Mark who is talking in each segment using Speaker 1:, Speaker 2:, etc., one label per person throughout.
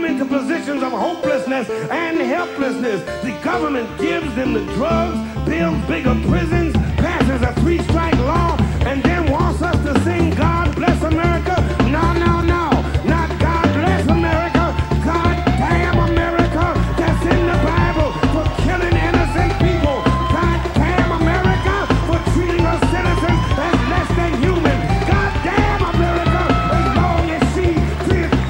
Speaker 1: into positions of hopelessness and helplessness. The government gives them the drugs, builds bigger prisons, passes a three strike law, and then wants us to sing God Bless America. No, no, no. Not God Bless America. God damn America. That's in the Bible for killing innocent people. God damn America for treating us citizens as less than human. God damn America as long as she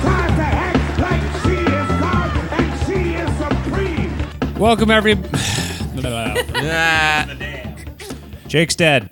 Speaker 1: tries to act like she is God and she is supreme.
Speaker 2: Welcome, every. Jake's dead.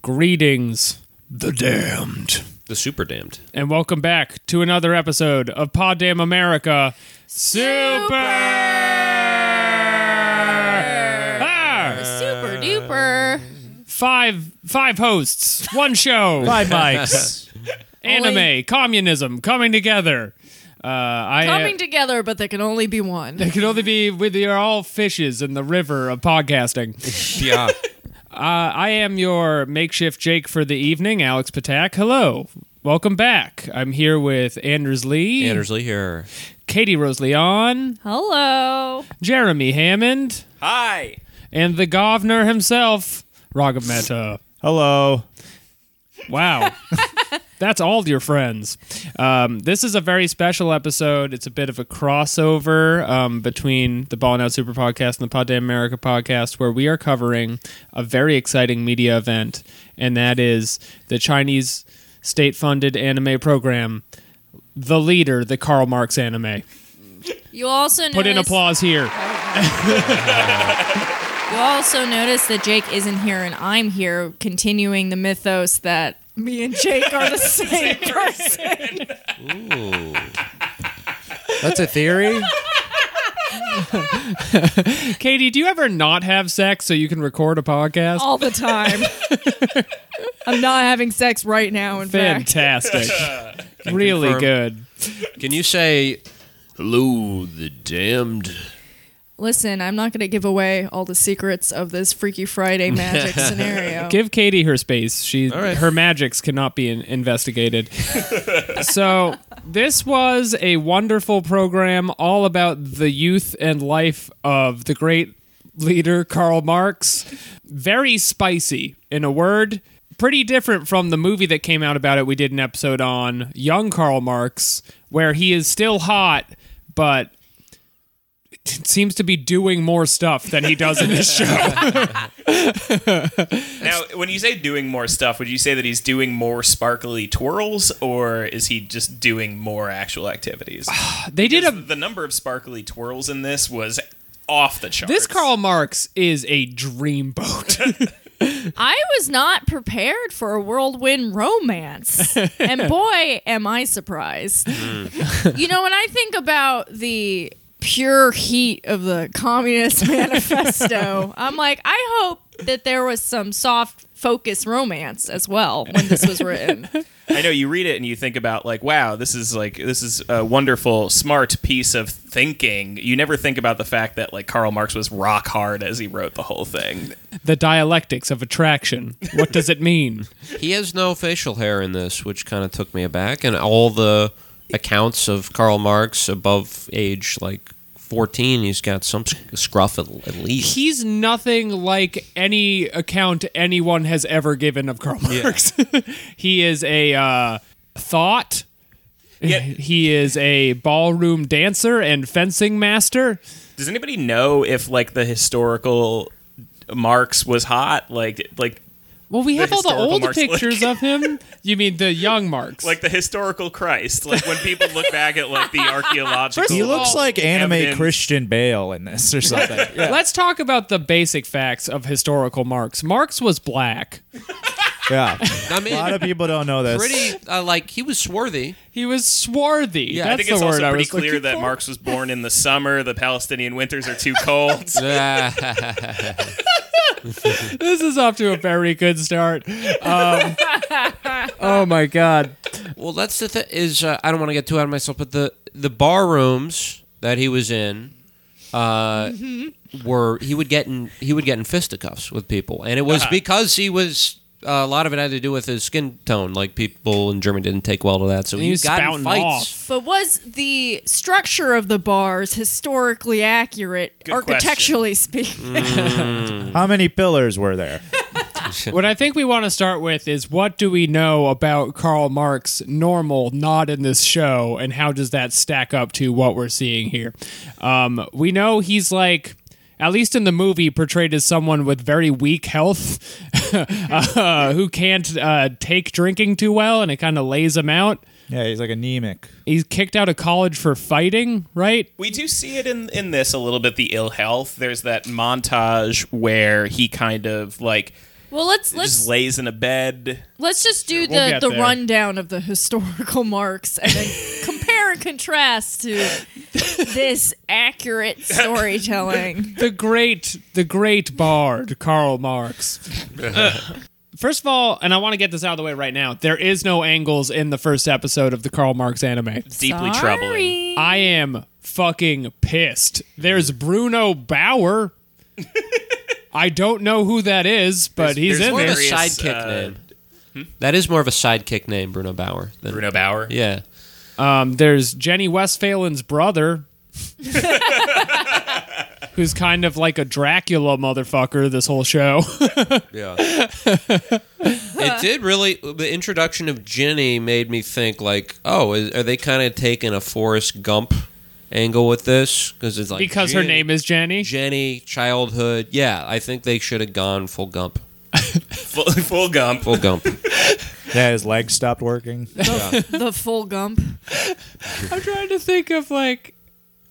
Speaker 2: Greetings, the damned.
Speaker 3: The super damned.
Speaker 2: And welcome back to another episode of Pod Damn America Super! Ah!
Speaker 4: Super duper.
Speaker 2: Five five hosts, one show,
Speaker 5: Five mics.
Speaker 2: anime,
Speaker 4: Only-
Speaker 2: communism coming together. Uh, I,
Speaker 4: Coming together, but there can only be one.
Speaker 2: It can only be with you're all fishes in the river of podcasting.
Speaker 3: Yeah.
Speaker 2: Uh, I am your makeshift Jake for the evening, Alex Patak. Hello. Welcome back. I'm here with Anders Lee,
Speaker 3: Anders Lee here.
Speaker 2: Katie Rose Leon,
Speaker 4: Hello.
Speaker 2: Jeremy Hammond,
Speaker 3: Hi.
Speaker 2: and the governor himself, Raghav Mehta.
Speaker 5: Hello.
Speaker 2: Wow. That's all your friends. Um, this is a very special episode. It's a bit of a crossover um, between the Ball and Out Super Podcast and the Pod Damn America Podcast, where we are covering a very exciting media event, and that is the Chinese state-funded anime program, The Leader, the Karl Marx anime.
Speaker 4: You also
Speaker 2: Put in
Speaker 4: notice-
Speaker 2: applause here.
Speaker 4: You also notice that Jake isn't here and I'm here, continuing the mythos that me and Jake are the same person.
Speaker 5: That's a theory?
Speaker 2: Katie, do you ever not have sex so you can record a podcast?
Speaker 4: all the time. I'm not having sex right now. In fact,
Speaker 2: Fantastic. really
Speaker 3: confirm.
Speaker 2: good.
Speaker 3: Can you say hello, the damned?
Speaker 4: listen, I'm not going to give away all the secrets of this Freaky Friday magic scenario.
Speaker 2: Give Katie her space. She
Speaker 3: right.
Speaker 2: her magics cannot be in- investigated. so this was a wonderful program all about the youth and life of the great leader Karl Marx. Very spicy in a word. Pretty different from the movie that came out about it. We did an episode on young Karl Marx where he is still hot but seems to be doing more stuff than he does in this show.
Speaker 6: Now, when you say doing more stuff, would you say that he's doing more sparkly twirls, or is he just doing more actual activities?
Speaker 2: They did a
Speaker 6: the number of sparkly twirls in this was off the charts.
Speaker 2: This Karl Marx is a dreamboat.
Speaker 4: I was not prepared for a whirlwind romance. and boy, am I surprised. you know, when I think about the pure heat of the Communist Manifesto, I'm like, I hope that there was some soft focus romance as well when this was written.
Speaker 6: I know you read it and you think about like, wow, this is like this is a wonderful, smart piece of thinking. You never think about the fact that like Karl Marx was rock hard as he wrote the whole thing.
Speaker 2: the dialectics of attraction. What does it mean?
Speaker 3: He has no facial hair in this, which kind of took me aback. And all the accounts of Karl Marx above age like 14, he's got some sc- scruff at, at least.
Speaker 2: He's nothing like any account anyone has ever given of Karl Marx. he is a uh, thought.
Speaker 6: Yet,
Speaker 2: He is a ballroom dancer and fencing master.
Speaker 6: does anybody know if like the historical Marx was hot? Like like
Speaker 2: Well, we
Speaker 6: The
Speaker 2: have all the
Speaker 6: historical
Speaker 2: old
Speaker 6: Marx look.
Speaker 2: pictures of him. You mean the young Marx?
Speaker 6: like the historical Christ. Like when people look back at like the archaeological.
Speaker 2: First
Speaker 5: He
Speaker 2: of all-
Speaker 5: looks like anime
Speaker 6: Oh, Evidence.
Speaker 5: Christian Bale in this or something. Yeah.
Speaker 2: Let's talk about the basic facts of historical Marx. Marx was black.
Speaker 5: yeah.
Speaker 3: I
Speaker 5: A lot
Speaker 3: mean,
Speaker 5: of people don't know this.
Speaker 3: pretty, uh, like, he was swarthy.
Speaker 2: He was swarthy.
Speaker 3: Yeah,
Speaker 2: That's
Speaker 6: I think
Speaker 2: the
Speaker 6: it's
Speaker 2: word
Speaker 6: also
Speaker 2: I
Speaker 6: pretty
Speaker 2: was
Speaker 6: clear
Speaker 2: looking
Speaker 6: that
Speaker 2: for.
Speaker 6: Marx was born in the summer. The Palestinian winters are too cold.
Speaker 2: this is off to a very good start. Um, oh my god!
Speaker 3: Well, that's the thing is uh, I don't want to get too out of myself, but the the bar rooms that he was in uh, were he would get in he would get in fisticuffs with people, and it was because he was a lot of it had to do with his skin tone. Like people in Germany didn't take well to that, so
Speaker 2: He
Speaker 3: he,
Speaker 2: was
Speaker 3: got in
Speaker 2: spouting
Speaker 3: fights.
Speaker 2: off.
Speaker 4: But was the structure of the bars historically accurate,
Speaker 6: Good
Speaker 4: architecturally speaking?
Speaker 5: How many pillars were there?
Speaker 2: What I think we want to start with is what do we know about Karl Marx normal, not in this show, and how does that stack up to what we're seeing here? Um, we know he's like, at least in the movie, portrayed as someone with very weak health uh, who can't uh, take drinking too well, and it kind of lays him out.
Speaker 5: Yeah, he's like anemic.
Speaker 2: He's kicked out of college for fighting, right?
Speaker 6: We do see it in in this a little bit the ill health. There's that montage where he kind of like
Speaker 4: well, let's let's
Speaker 6: just lays in a bed.
Speaker 4: let's just do
Speaker 2: we'll
Speaker 4: the
Speaker 2: get
Speaker 4: the
Speaker 2: there.
Speaker 4: rundown of the historical marks and then compare and contrast to this accurate storytelling.
Speaker 2: the great the great bard Karl Marx. First of all, and I want to get this out of the way right now, there is no angles in the first episode of the Karl Marx anime.
Speaker 6: Deeply troubling.
Speaker 4: Sorry.
Speaker 2: I am fucking pissed. There's Bruno Bauer. I don't know who that is, but he's
Speaker 6: There's- there's
Speaker 2: in
Speaker 3: More
Speaker 6: one
Speaker 3: of a
Speaker 2: there.
Speaker 6: Various,
Speaker 3: sidekick
Speaker 6: uh,
Speaker 3: name. That is more of a sidekick name, Bruno Bauer. Than,
Speaker 6: Bruno Bauer.
Speaker 3: Yeah.
Speaker 2: Um, there's Jenny Westphalen's brother. who's kind of like a Dracula motherfucker this whole show.
Speaker 3: Yeah. it did really. The introduction of Ginny made me think, like, oh, is, are they kind of taking a Forrest Gump angle with this? Because it's like
Speaker 2: because her name is Jenny.
Speaker 3: Jenny. Childhood. Yeah, I think they should have gone full Gump.
Speaker 6: Full, full gump.
Speaker 3: Full Gump.
Speaker 5: Yeah, his legs stopped working.
Speaker 4: the full gump.
Speaker 2: I'm trying to think of like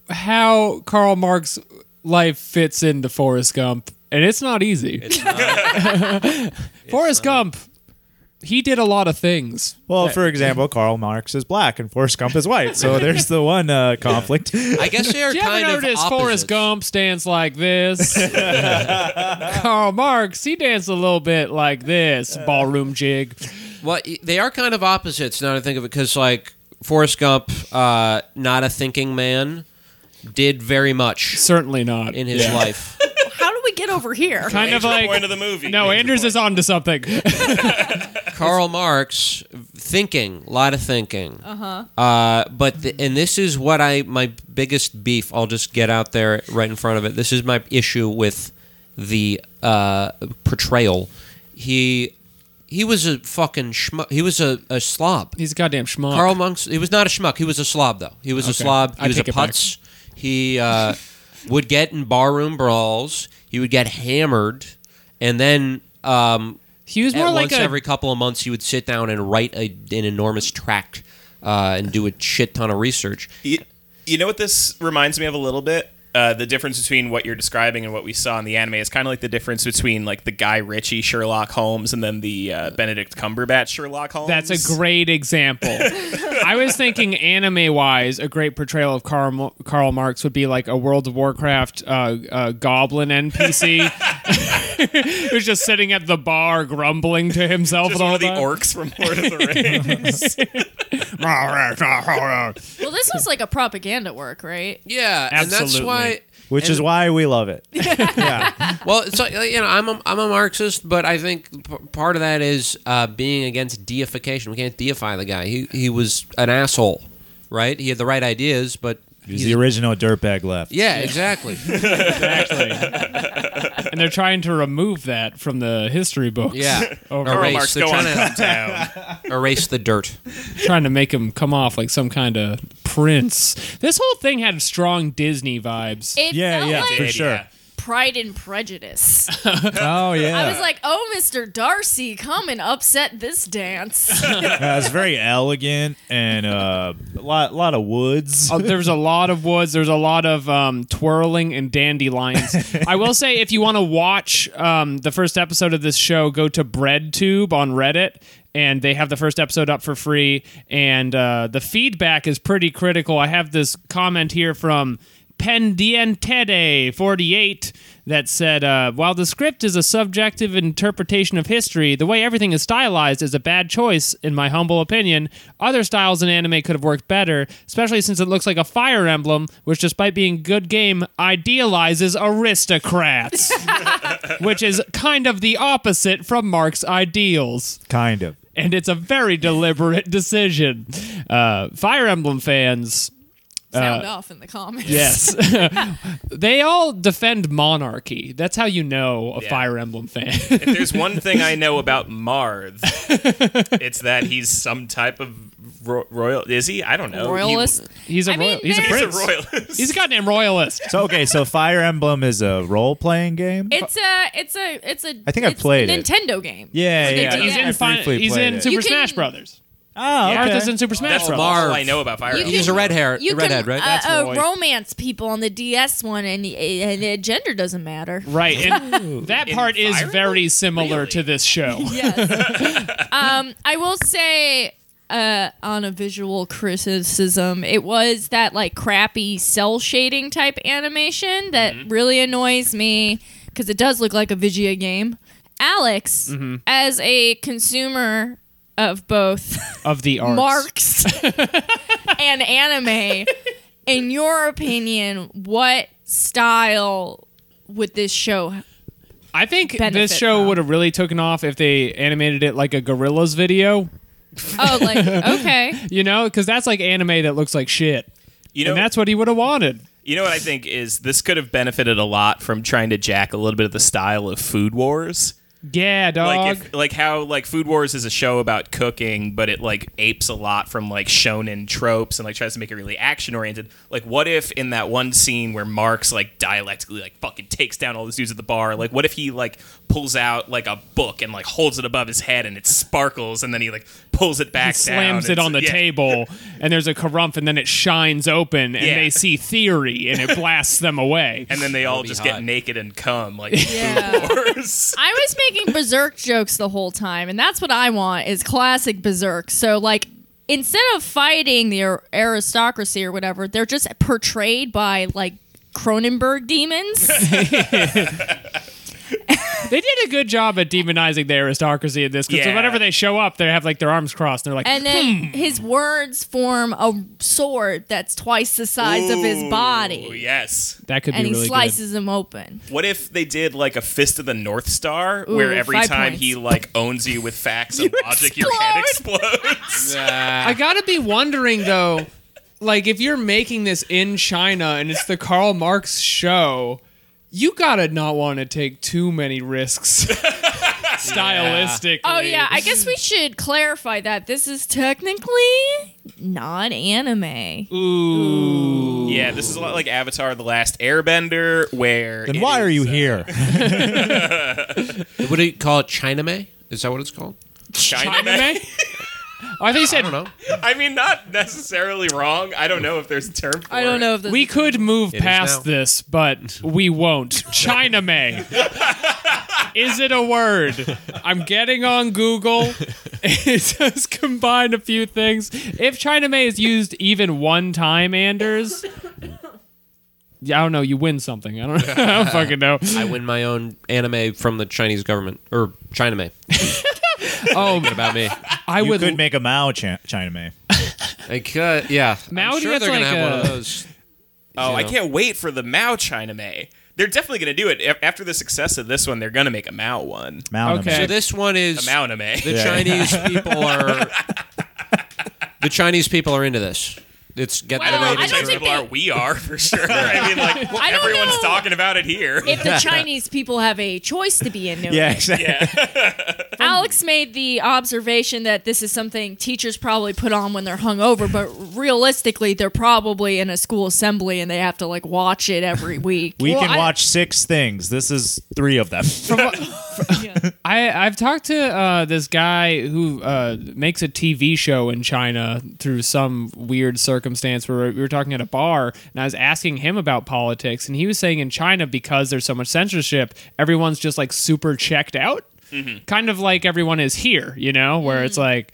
Speaker 2: how Karl Marx life fits into Forrest Gump, and it's not easy. Forrest Gump, he did a lot of things.
Speaker 5: Well, for example, Karl Marx is black and Forrest Gump is white. So there's the one uh, conflict.
Speaker 3: I guess they are
Speaker 2: You ever
Speaker 3: kind of
Speaker 2: notice
Speaker 3: opposites.
Speaker 2: Forrest Gump stands like this? Karl Marx, he danced a little bit like this
Speaker 3: Uh,
Speaker 2: ballroom jig.
Speaker 3: Well, y- they are kind of opposites now that I think of it because, like, Forrest Gump, uh, not a thinking man, did very much
Speaker 2: Certainly not
Speaker 3: in his
Speaker 2: Yeah.
Speaker 3: life.
Speaker 4: How do we get over here?
Speaker 2: Kind of
Speaker 6: Major
Speaker 2: like
Speaker 6: point of the movie.
Speaker 2: no,
Speaker 6: Major
Speaker 2: Anders
Speaker 6: point.
Speaker 2: is onto something.
Speaker 3: Karl Marx, thinking, a lot of thinking. Uh-huh. but the, and this is what I my biggest beef. I'll just get out there right in front of it. This is my issue with the uh, portrayal. He he was a fucking schmuck. He was a, a slob.
Speaker 2: He's a goddamn schmuck.
Speaker 3: Karl Marx. He was not a schmuck. He was a slob though. He was a
Speaker 2: Okay.
Speaker 3: slob. He
Speaker 2: I
Speaker 3: was a
Speaker 2: take it back.
Speaker 3: putz. He uh, would get in barroom brawls. He would get hammered, and then. Um,
Speaker 2: he was
Speaker 3: at
Speaker 2: more like
Speaker 3: once
Speaker 2: a
Speaker 3: every couple of months, he would sit down and write a, an enormous tract uh, and do a shit ton of research.
Speaker 6: You, you know what this reminds me of a little bit? Uh, the difference between what you're describing and what we saw in the anime is kind of like the difference between like the Guy Ritchie Sherlock Holmes and then the uh, Benedict Cumberbatch Sherlock Holmes.
Speaker 2: That's a great example. I was thinking anime wise, a great portrayal of Karl, Karl Marx would be like a World of Warcraft uh, uh, goblin NPC who's just sitting at the bar grumbling to himself.
Speaker 6: Just
Speaker 2: the
Speaker 6: one
Speaker 2: whole
Speaker 6: of the
Speaker 2: time.
Speaker 6: orcs from Lord of the Rings.
Speaker 4: Well, this was like a propaganda work, right?
Speaker 3: Yeah, and that's
Speaker 2: Absolutely.
Speaker 3: why.
Speaker 5: which is why we love it.
Speaker 3: Well, it's like you know, I'm a, I'm a Marxist, but I think p- part of that is uh, being against deification. We can't deify the guy. He he was an asshole, right? He had the right ideas, but
Speaker 5: He's the original dirtbag left.
Speaker 3: yeah, exactly.
Speaker 2: Exactly. and they're trying to remove that from the history books.
Speaker 3: Yeah,
Speaker 2: Over-
Speaker 3: Erase.
Speaker 6: Marx,
Speaker 3: They're
Speaker 6: go Oh, on.
Speaker 3: trying to erase the dirt.
Speaker 2: trying to make him come off like some kind of prince. This whole thing had strong Disney vibes.
Speaker 4: It
Speaker 5: Yeah,
Speaker 4: felt
Speaker 5: yeah,
Speaker 4: like
Speaker 5: for sure.
Speaker 4: Pride and Prejudice.
Speaker 5: Oh, yeah.
Speaker 4: I was like, oh, Mr. Darcy, come and upset this dance.
Speaker 5: Yeah, it's very elegant and uh, a lot, lot of woods.
Speaker 2: Uh, there was a lot of woods. There's a lot of um, twirling and dandelions. I will say, if you want to watch um, the first episode of this show, go to BreadTube on Reddit, and they have the first episode up for free. And uh, the feedback is pretty critical. I have this comment here from. Independiente 48 that said, uh, while the script is a subjective interpretation of history, the way everything is stylized is a bad choice, in my humble opinion. Other styles in anime could have worked better, especially since it looks like a fire emblem, which, despite being good game, idealizes aristocrats, which is kind of the opposite from Mark's ideals
Speaker 5: Kind of.
Speaker 2: and it's a very deliberate decision. Uh, Fire Emblem fans,
Speaker 5: Uh,
Speaker 4: Sound off in the comments.
Speaker 2: yes, they all defend monarchy. That's how you know a
Speaker 6: Yeah.
Speaker 2: Fire Emblem fan.
Speaker 6: If there's one thing I know about Marth, it's that he's some type of ro- royal. Is he? I don't know. He-
Speaker 4: Royalist.
Speaker 2: he's a
Speaker 4: I
Speaker 2: royal.
Speaker 4: mean,
Speaker 2: he's a
Speaker 4: there's-
Speaker 6: he's a
Speaker 2: prince.
Speaker 6: royalist.
Speaker 2: He's a goddamn royalist.
Speaker 5: So okay, so Fire Emblem is a role playing game.
Speaker 4: It's a, it's a, it's a.
Speaker 5: I think I've
Speaker 4: it's
Speaker 5: played it.
Speaker 4: Nintendo game.
Speaker 5: yeah, yeah.
Speaker 2: He's
Speaker 5: I
Speaker 2: in, fin-
Speaker 5: briefly
Speaker 2: he's
Speaker 5: played
Speaker 2: in
Speaker 5: it.
Speaker 2: Super
Speaker 4: You can-
Speaker 2: Smash Brothers.
Speaker 5: Oh, okay.
Speaker 2: Arthur's in Super Smash
Speaker 6: That's
Speaker 2: Brothers.
Speaker 3: Marv.
Speaker 6: all I know about Fire
Speaker 4: You
Speaker 6: Emblem.
Speaker 4: can-
Speaker 3: He's a red hair,
Speaker 4: You
Speaker 3: redhead,
Speaker 4: can
Speaker 3: right?
Speaker 2: That's
Speaker 4: uh, uh,
Speaker 2: Roy.
Speaker 4: romance people on the DS one, and, and, and gender doesn't matter.
Speaker 2: Right, and that part is
Speaker 6: Environment?
Speaker 2: very similar
Speaker 6: Really?
Speaker 2: to this show.
Speaker 4: Yes. um, I will say uh, on a visual criticism, it was that like crappy cell shading type animation that really annoys me because it does look like a Vigia game. Alex, as a consumer of both
Speaker 2: Of the arts,
Speaker 4: marks and anime, in your opinion, what style would this show?
Speaker 2: I think
Speaker 4: benefit
Speaker 2: this show
Speaker 4: from.
Speaker 2: would have really taken off if they animated it like a Gorillas video.
Speaker 4: Oh, like okay.
Speaker 2: You know, because that's like anime that looks like shit.
Speaker 6: You know,
Speaker 2: and that's what he would have wanted.
Speaker 6: you know what I think is this could have benefited a lot from trying to jack a little bit of the style of Food Wars.
Speaker 2: Yeah, dog.
Speaker 6: Like if, like how like Food Wars is a show about cooking, but it like apes a lot from like shonen tropes and like tries to make it really action oriented. Like what if in that one scene where Mark's like dialectically like fucking takes down all these dudes at the bar, like what if he like pulls out like a book and like holds it above his head and it sparkles and then he like pulls it back down
Speaker 2: slams it
Speaker 6: and-
Speaker 2: on the
Speaker 6: yeah.
Speaker 2: table, and there's a carump, and then it shines open, and
Speaker 6: Yeah.
Speaker 2: they see theory, and it blasts them away.
Speaker 6: And then they all
Speaker 3: be
Speaker 6: just
Speaker 3: hot.
Speaker 6: get naked and come like
Speaker 4: Yeah.
Speaker 6: Food Wars.
Speaker 4: I was making berserk jokes the whole time, and that's what I want is classic berserk. So like instead of fighting the ar- aristocracy or whatever, they're just portrayed by like Cronenberg demons.
Speaker 2: They did a good job at demonizing the aristocracy in this, because
Speaker 6: Yeah.
Speaker 2: whenever they show up, they have like their arms crossed, and they're like,
Speaker 4: and then his words form a sword that's twice the size of his
Speaker 6: Ooh,
Speaker 4: body.
Speaker 6: yes.
Speaker 2: "That could
Speaker 4: And
Speaker 2: be
Speaker 4: he
Speaker 2: really good."
Speaker 4: slices them open.
Speaker 6: What if they did like a fist of the North Star,
Speaker 4: Ooh,
Speaker 6: where every
Speaker 4: five
Speaker 6: time
Speaker 4: points.
Speaker 6: he like owns you with facts and logic, your head explodes?
Speaker 3: Uh,
Speaker 2: I gotta be wondering though, like if you're making this in China and it's the Karl Marx show, you gotta not want to take too many risks. Stylistically.
Speaker 4: Oh yeah, I guess we should clarify that this is technically not anime.
Speaker 6: yeah, this is a lot like Avatar: The Last Airbender, where
Speaker 5: Then
Speaker 6: it
Speaker 5: why are
Speaker 6: is-
Speaker 5: you here?
Speaker 3: What do you call it? China May? Is that what it's called?
Speaker 6: China Man?
Speaker 2: Anime? Oh, I think you said
Speaker 3: I don't know.
Speaker 6: I mean, not necessarily wrong. I don't know if there's a term. For
Speaker 4: I don't
Speaker 6: it.
Speaker 4: know if this
Speaker 2: we could move
Speaker 3: It is
Speaker 2: past
Speaker 3: now.
Speaker 2: this, but we won't. China May. Is it a word? I'm getting on Google. It does combine a few things. If China May is used even one time, Anders, yeah, I don't know. You win something. I don't, I don't fucking know.
Speaker 3: I win my own anime from the Chinese government or China May.
Speaker 2: Oh,
Speaker 3: What about me?
Speaker 2: I
Speaker 5: You
Speaker 2: would.
Speaker 5: could make a Mao Chan- China May.
Speaker 3: I could, yeah.
Speaker 2: Now
Speaker 3: I'm sure
Speaker 2: that's
Speaker 3: they're gonna
Speaker 2: like
Speaker 3: have
Speaker 2: a-
Speaker 3: one of those.
Speaker 6: Oh,
Speaker 3: you
Speaker 6: I
Speaker 3: know.
Speaker 6: can't wait for the Mao China May. They're definitely going to do it A- after the success of this one. They're going to make a Mao one,
Speaker 5: Mao
Speaker 2: Okay.
Speaker 5: Name.
Speaker 3: So this one
Speaker 6: a
Speaker 3: is
Speaker 6: Mao Anime.
Speaker 3: the Chinese people are. the Chinese people are into this. It's got
Speaker 4: Well,
Speaker 3: the
Speaker 4: I
Speaker 3: ratings.
Speaker 4: don't
Speaker 3: are
Speaker 4: think
Speaker 6: people
Speaker 4: they-
Speaker 6: are. We are for sure. I mean, like
Speaker 4: I don't
Speaker 6: everyone's
Speaker 4: know.
Speaker 6: talking about it here.
Speaker 4: if the Chinese people have a choice to be into
Speaker 5: Yeah,
Speaker 4: it.
Speaker 5: exactly.
Speaker 4: Alex made the observation that this is something teachers probably put on when they're hungover, but realistically, they're probably in a school assembly and they have to like watch it every week.
Speaker 5: We
Speaker 2: Well,
Speaker 5: can
Speaker 2: I-
Speaker 5: watch six things. This is three of them.
Speaker 2: I, I've talked to uh, this guy who uh, makes a TV show in China through some weird circumstance where we were talking at a bar and I was asking him about politics. And he was saying in China, because there's so much censorship, everyone's just like super checked out. Kind of like everyone is here, you know, where it's like,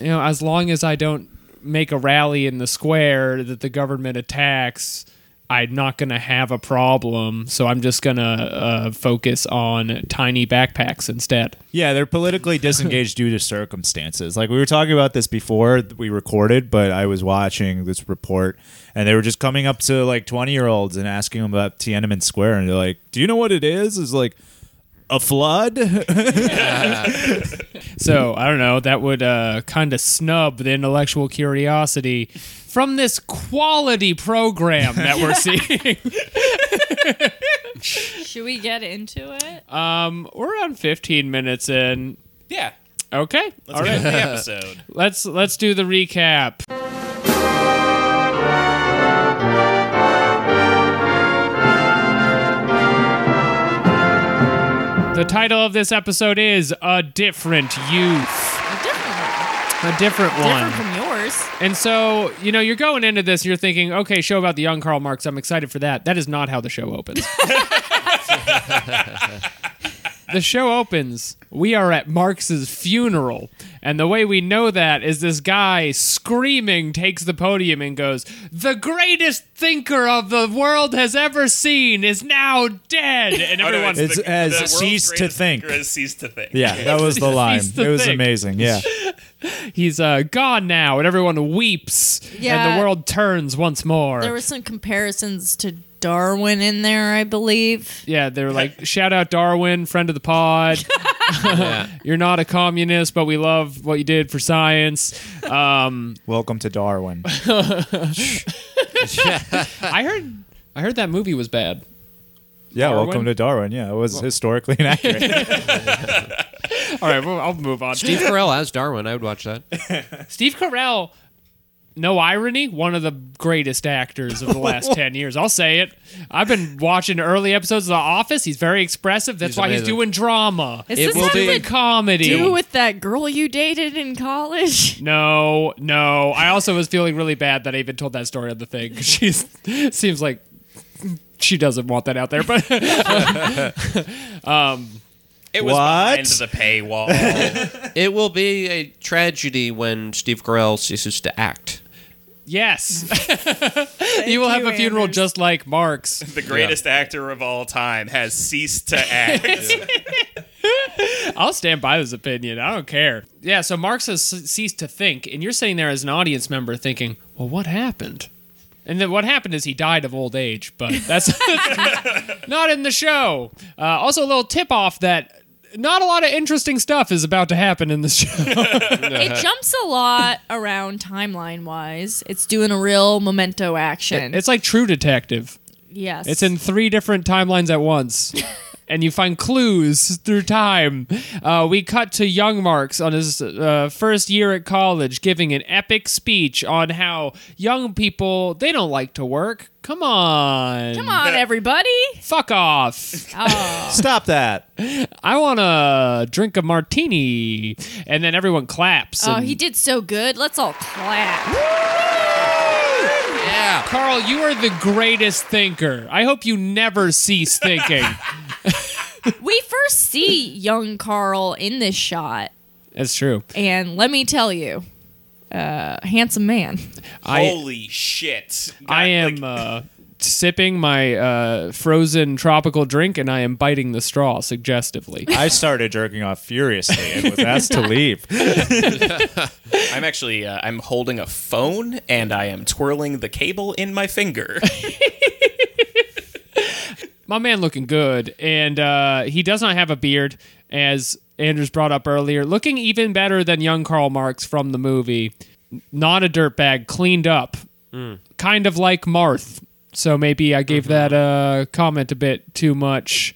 Speaker 2: you know, as long as I don't make a rally in the square that the government attacks, I'm not gonna have a problem, so I'm just gonna uh, focus on tiny backpacks instead.
Speaker 5: Yeah, they're politically disengaged due to circumstances. Like we were talking about this before we recorded, but I was watching this report and they were just coming up to like 20 year olds and asking them about Tiananmen Square. And they're like, Do you know what it is? It's like a flood.
Speaker 2: So I don't know. That would uh, kind of snub the intellectual curiosity from this quality program that we're seeing.
Speaker 4: Should we get into it?
Speaker 2: Um, we're on 15 minutes in.
Speaker 6: Yeah.
Speaker 2: Okay,
Speaker 6: Let's get into the episode.
Speaker 2: let's let's do the recap. The title of this episode is A Different Youth.
Speaker 4: Different,
Speaker 2: A different one.
Speaker 4: different from yours.
Speaker 2: And so, you know, you're going into this and you're thinking, okay, show about the young Karl Marx. I'm excited for that. That is not how the show opens. the show opens. We are at Marx's funeral. And the way we know that is this guy screaming takes the podium and goes, The greatest thinker of the world has ever seen is now dead. And
Speaker 6: Oh, no,
Speaker 2: everyone's
Speaker 5: It's- has
Speaker 6: world's
Speaker 5: ceased to
Speaker 6: greatest
Speaker 5: think.
Speaker 6: thinker Has ceased to think.
Speaker 5: yeah, that was the line.
Speaker 2: He's the
Speaker 5: It was
Speaker 2: thing.
Speaker 5: amazing. Yeah.
Speaker 2: he's uh, gone now, and everyone weeps. And
Speaker 4: Yeah.
Speaker 2: the world turns once more.
Speaker 4: There were some comparisons to Darwin in there, I believe.
Speaker 2: Yeah, they were like, shout out Darwin, friend of the pod. You're not a communist, but we love what you did for science.
Speaker 5: Welcome to Darwin.
Speaker 2: I heard, I heard that movie was bad.
Speaker 5: Yeah,
Speaker 2: Darwin?
Speaker 5: welcome to Darwin. Yeah, it was historically inaccurate.
Speaker 2: All right, well, I'll move on.
Speaker 3: Steve Carell as Darwin. I would watch that.
Speaker 2: Steve Carell, no irony, one of the greatest actors of the last ten years. I'll say it. I've been watching early episodes of The Office. He's very expressive. That's
Speaker 3: He's
Speaker 2: why he's
Speaker 3: amazing.
Speaker 2: doing drama.
Speaker 4: Is
Speaker 3: It
Speaker 4: this
Speaker 3: will
Speaker 4: have
Speaker 3: be-
Speaker 4: to
Speaker 2: doing comedy.
Speaker 4: do with that girl you dated in college?
Speaker 2: No, no. I also was feeling really bad that I even told that story on the thing. She seems like she doesn't want that out there, but
Speaker 6: It was
Speaker 5: What?
Speaker 6: behind the paywall.
Speaker 3: It will be a tragedy when Steve Carell ceases to act.
Speaker 2: yes, you will have
Speaker 4: you,
Speaker 2: a funeral
Speaker 4: Anders.
Speaker 2: just like Mark's.
Speaker 6: the greatest actor of all time has ceased to act.
Speaker 2: I'll stand by this opinion. I don't care. Yeah. So Marx has ce- ceased to think, and you're sitting there as an audience member thinking, "Well, what happened?" And then what happened is he died of old age, but that's not in the show. Uh, also, a little tip off that. Not a lot of interesting stuff is about to happen in this show.
Speaker 4: it
Speaker 6: Uh-huh.
Speaker 4: jumps a lot around timeline wise. It's doing a real memento action.
Speaker 2: It's like True Detective.
Speaker 4: yes.
Speaker 2: It's in three different timelines at once. And you find clues through time. Uh, we cut to young Marx on his uh, first year at college, giving an epic speech on how young people they don't like to work. Come on,
Speaker 4: Come on, everybody.
Speaker 2: fuck off.
Speaker 4: Oh,
Speaker 5: Stop that.
Speaker 2: I want to drink a martini, and then everyone claps.
Speaker 4: oh,
Speaker 2: and-
Speaker 4: he did so good. Let's all clap.
Speaker 3: Yeah.
Speaker 2: Carl, you are the greatest thinker. I hope you never cease thinking.
Speaker 4: We first see young Carl in this shot,
Speaker 2: That's true.
Speaker 4: and let me tell you, uh, handsome man.
Speaker 6: Holy shit! God,
Speaker 2: I am
Speaker 6: like,
Speaker 2: uh, sipping my uh, frozen tropical drink and I am biting the straw suggestively.
Speaker 5: I started jerking off furiously and was asked to leave.
Speaker 6: I'm actually. Uh, I'm holding a phone and I am twirling the cable in my finger.
Speaker 2: My man looking good, and uh, he does not have a beard, as Andrews brought up earlier. Looking even better than young Karl Marx from the movie. Not a dirtbag, cleaned up.
Speaker 6: Hmm.
Speaker 2: Kind of like Marth. So maybe I
Speaker 6: Mm-hmm.
Speaker 2: gave that uh, comment a bit too much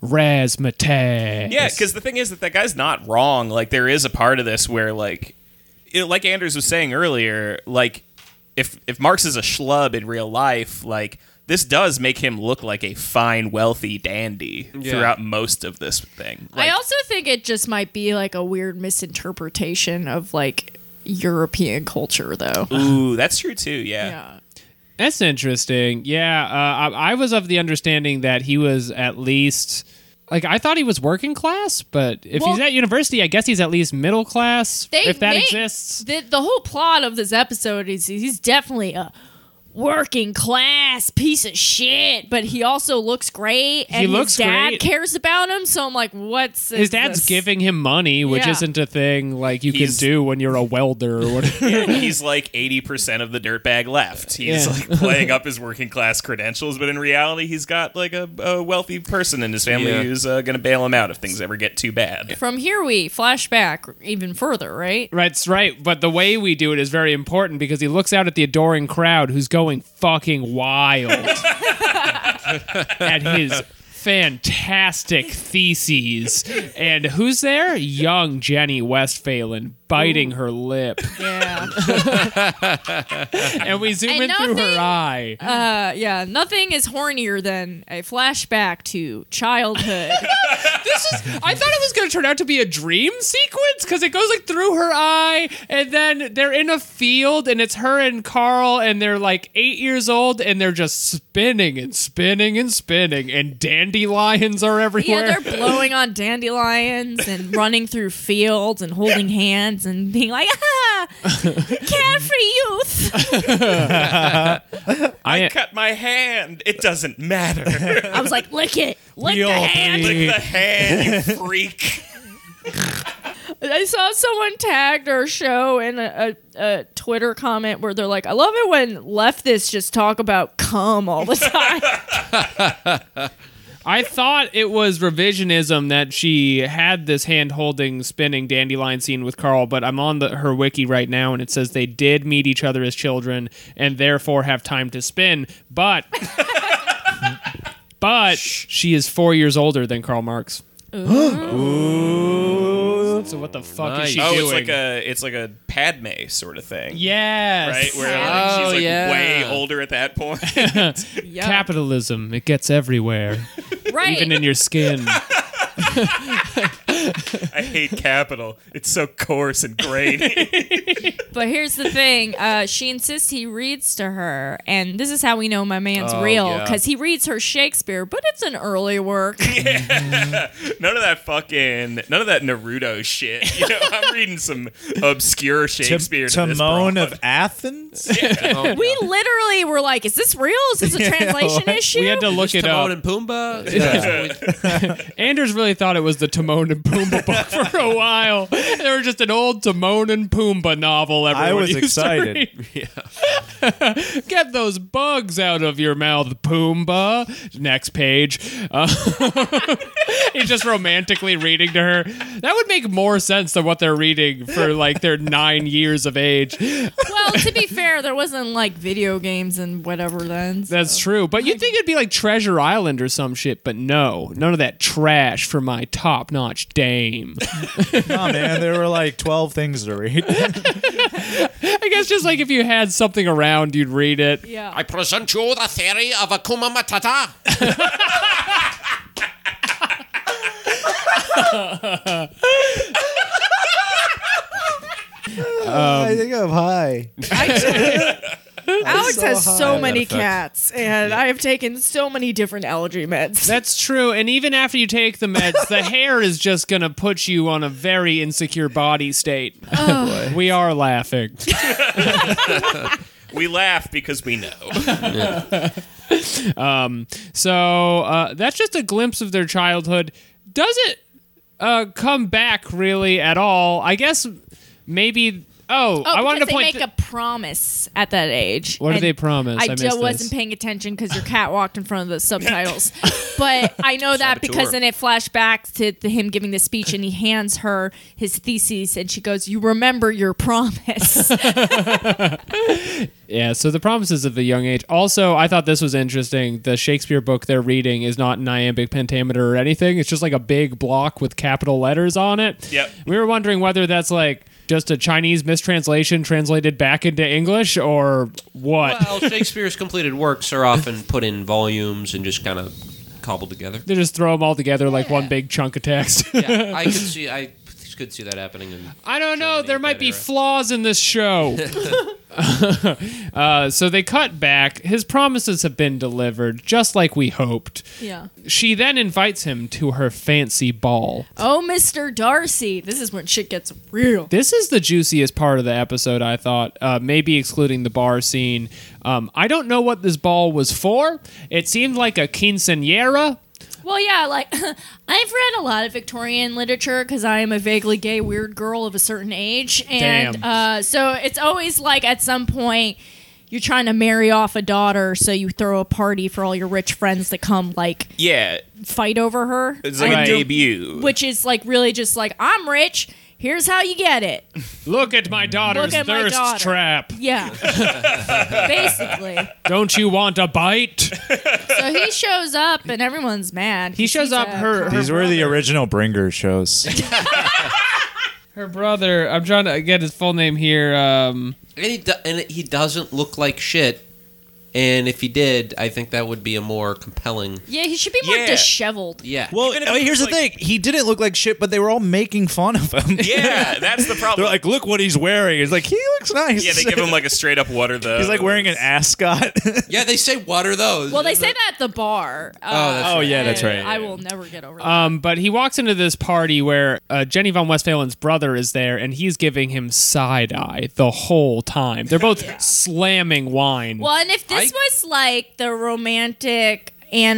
Speaker 2: razzmatazz.
Speaker 6: Yeah, because the thing is that that guy's not wrong. Like there is a part of this where like, it, like Anders was saying earlier, like if if Marx is a schlub in real life, like this does make him look like a fine, wealthy dandy throughout most of this thing. Like,
Speaker 4: I also think it just might be like a weird misinterpretation of like European culture, though.
Speaker 6: ooh, that's true too. Yeah.
Speaker 4: Yeah.
Speaker 2: That's interesting. Yeah, uh, I, I was of the understanding that he was at least like I thought he was working class, but if
Speaker 4: Well-
Speaker 2: he's at university, I guess he's at least middle class
Speaker 4: They
Speaker 2: if that
Speaker 4: make-
Speaker 2: exists.
Speaker 4: The, the whole plot of this episode is he's definitely a working class piece of shit, but he also looks great and
Speaker 2: looks
Speaker 4: his dad
Speaker 2: great.
Speaker 4: cares about him. So I'm like, what's
Speaker 2: His dad's
Speaker 4: this?
Speaker 2: giving him money, which
Speaker 4: Yeah.
Speaker 2: isn't a thing like you
Speaker 6: He's-
Speaker 2: can do when you're a welder or whatever.
Speaker 6: he's like 80% of the dirtbag left. He's
Speaker 2: Yeah.
Speaker 6: like playing up his working class credentials, but in reality, he's got like a, a wealthy person in his family
Speaker 3: Yeah.
Speaker 6: who's uh, going to bail him out if things ever get too bad.
Speaker 4: From here we flash back even further, right?
Speaker 2: That's right. But the way we do it is very important because he looks out at the adoring crowd who's going fucking wild at his fantastic theses. And who's there? Young Jenny Westphalen biting her lip.
Speaker 4: Yeah.
Speaker 2: And we zoom
Speaker 4: And
Speaker 2: in through
Speaker 4: nothing-
Speaker 2: her eye.
Speaker 4: Uh, yeah, nothing is hornier than a flashback to childhood.
Speaker 2: I thought it was going to turn out to be a dream sequence because it goes like through her eye, and then they're in a field, and it's her and Carl, and they're like eight years old, and they're just spinning and spinning and spinning, and dandelions are everywhere.
Speaker 4: yeah, they're blowing on dandelions and running through fields and holding hands and being like, ah, carefree youth.
Speaker 2: I,
Speaker 6: Cut my hand. It doesn't matter.
Speaker 4: I was like, lick it, lick
Speaker 5: Yo,
Speaker 4: the hand.
Speaker 6: Lick the hand, you freak.
Speaker 4: I saw someone tagged our show in a, a, a Twitter comment where they're like, I love it when leftists just talk about cum all the time.
Speaker 2: I thought it was revisionism that she had this hand holding spinning dandelion scene with Carl, but I'm on the, her wiki right now and it says they did meet each other as children and therefore have time to spin, but but she is 4 years older than Karl Marx. Ooh. So what the fuck
Speaker 3: Nice.
Speaker 2: is she
Speaker 6: Oh,
Speaker 2: doing?
Speaker 6: it's like a it's like a Padme sort of thing.
Speaker 2: yes.
Speaker 6: Right, where like,
Speaker 3: Oh,
Speaker 6: she's like
Speaker 3: yeah.
Speaker 6: way older at that point.
Speaker 4: Yeah.
Speaker 2: Capitalism, it gets everywhere,
Speaker 4: right.
Speaker 2: even in your skin.
Speaker 6: I hate capital. It's so coarse and grainy.
Speaker 4: But here's the thing: uh, she insists he reads to her, and this is how we know my man's
Speaker 2: Oh,
Speaker 4: real
Speaker 3: yeah.
Speaker 4: because he reads her Shakespeare, but it's an early work.
Speaker 6: none of that fucking none of that Naruto shit. You know, I'm reading some obscure Shakespeare. to this
Speaker 5: Timon
Speaker 6: broad.
Speaker 5: of Athens?
Speaker 4: we literally were like, "Is this real? Is this a translation issue?"
Speaker 2: We had to look it up.
Speaker 3: Timon and Pumbaa.
Speaker 2: Anders really thought it was the Timon and Pumbaa book for a while. They were just an old Timon and Pumbaa novel. Everyone
Speaker 5: I was
Speaker 2: used to
Speaker 5: excited.
Speaker 2: read. Get those bugs out of your mouth, Pumbaa. Next page. Uh, he's just romantically reading to her. That would make more sense than what they're reading for like their nine years of age.
Speaker 4: well, to be fair, there wasn't like video games and whatever then. so-
Speaker 2: That's true. But you'd think it'd be like Treasure Island or some shit, but no. None of that trash for my top notch dame.
Speaker 5: oh man, there were like twelve things to read.
Speaker 2: I guess just like if you had something around, you'd read it.
Speaker 4: yeah.
Speaker 3: I present you the theory of Akuma Matata.
Speaker 5: I think I'm high.
Speaker 4: Alex
Speaker 5: so
Speaker 4: has so
Speaker 5: high.
Speaker 4: many
Speaker 5: That effect.
Speaker 4: cats, and I have taken so many different allergy meds.
Speaker 2: That's true. And even after you take the meds, the hair is just going to put you on a very insecure body state. we are laughing.
Speaker 6: We laugh because we know.
Speaker 2: So uh, that's just a glimpse of their childhood. Does it uh, come back really at all? I guess maybe. Oh,
Speaker 4: Oh,
Speaker 2: I wanted to
Speaker 4: because they
Speaker 2: point.
Speaker 4: make a promise at that age.
Speaker 2: What did
Speaker 4: And
Speaker 2: they promise?
Speaker 4: I,
Speaker 2: I missed
Speaker 4: ju- wasn't
Speaker 2: this.
Speaker 4: paying attention because your cat walked in front of the subtitles. but I know that because then it flashed back to the, him giving the speech, and he hands her his thesis, and she goes, "You remember your promise."
Speaker 2: Yeah, so the promises of a young age. Also, I thought this was interesting. The Shakespeare book they're reading is not an iambic pentameter or anything. It's just like a big block with capital letters on it.
Speaker 6: Yep.
Speaker 2: We were wondering whether that's like just a Chinese mistranslation translated back into English or what.
Speaker 3: Well, Shakespeare's completed works are often put in volumes and just kind of cobbled together.
Speaker 2: they just throw them all together like one big chunk of text.
Speaker 3: Yeah, I could see. I could see that happening. In,
Speaker 2: I don't know.
Speaker 3: Germany
Speaker 2: There might be
Speaker 3: better.
Speaker 2: flaws in this show. Uh, so they cut back. His promises have been delivered, just like we hoped.
Speaker 4: Yeah.
Speaker 2: She then invites him to her fancy ball.
Speaker 4: Oh, Mr. Darcy. This is when shit gets real.
Speaker 2: This is the juiciest part of the episode, I thought, uh, maybe excluding the bar scene. Um, I don't know what this ball was for. It seemed like a quinceanera.
Speaker 4: Well, yeah, like I've read a lot of Victorian literature because I am a vaguely gay, weird girl of a certain age, and
Speaker 2: Damn.
Speaker 4: Uh, so it's always like at some point you're trying to marry off a daughter, so you throw a party for all your rich friends to come, like
Speaker 6: Yeah,
Speaker 4: fight over her,
Speaker 6: it's like
Speaker 2: Right.
Speaker 6: a debut.
Speaker 4: which is like really just like I'm rich. Here's how you get it.
Speaker 2: Look at my daughter's
Speaker 4: Look at my
Speaker 2: thirst
Speaker 4: daughter.
Speaker 2: trap.
Speaker 4: Yeah, basically.
Speaker 2: Don't you want a bite?
Speaker 4: So he shows up, and everyone's mad.
Speaker 2: He shows up. Her, her
Speaker 5: These were the original Bringer shows.
Speaker 2: her brother. I'm trying to get his full name here. Um,
Speaker 3: And he do- and he doesn't look like shit. And if he did, I think that would be a more compelling.
Speaker 4: Yeah, he should be more
Speaker 6: Yeah.
Speaker 4: disheveled.
Speaker 3: Yeah.
Speaker 5: Well,
Speaker 6: Even if it's
Speaker 5: here's the thing:
Speaker 6: like-
Speaker 5: he didn't look like shit, but they were all making fun of him.
Speaker 6: yeah, that's the problem.
Speaker 5: They're like, "Look what he's wearing." It's like he looks nice.
Speaker 6: yeah, they give him uh, like a straight up what are those?
Speaker 5: He's like wearing an ascot.
Speaker 3: yeah, they say what are those?
Speaker 4: Well, they say that at the bar. Uh,
Speaker 3: that's
Speaker 5: Oh, right. yeah, that's right.
Speaker 4: I will never get over that.
Speaker 2: Um, but he walks into this party where uh, Jenny von Westphalen's brother is there, and he's giving him side eye the whole time. They're both slamming wine.
Speaker 4: well, and if this
Speaker 3: I-
Speaker 4: was like the romantic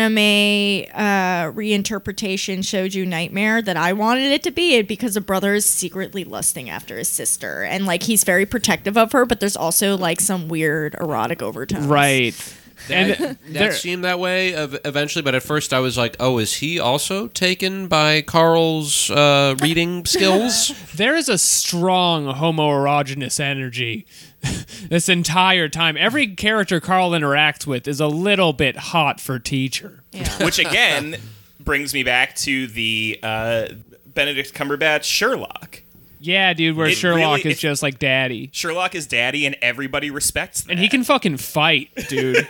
Speaker 4: anime uh, reinterpretation shouju nightmare that I wanted it to be, it'd because a brother is secretly lusting after his sister, and like he's very protective of her, but there's also like some weird erotic overtones.
Speaker 2: right.
Speaker 3: and
Speaker 2: and
Speaker 3: that,
Speaker 2: there-
Speaker 3: seemed that way ev- eventually, but at first I was like, "Oh, is he also taken by Carl's uh, reading skills?"
Speaker 2: There is a strong homoerogenous energy this entire time. Every character Carl interacts with is a little bit hot for teacher.
Speaker 4: Yeah.
Speaker 6: which again brings me back to the uh, Benedict Cumberbatch Sherlock.
Speaker 2: Yeah, dude, where
Speaker 6: It
Speaker 2: Sherlock
Speaker 6: really-
Speaker 2: is just like daddy.
Speaker 6: Sherlock is daddy, and everybody respects that.
Speaker 2: and he can fucking fight, dude.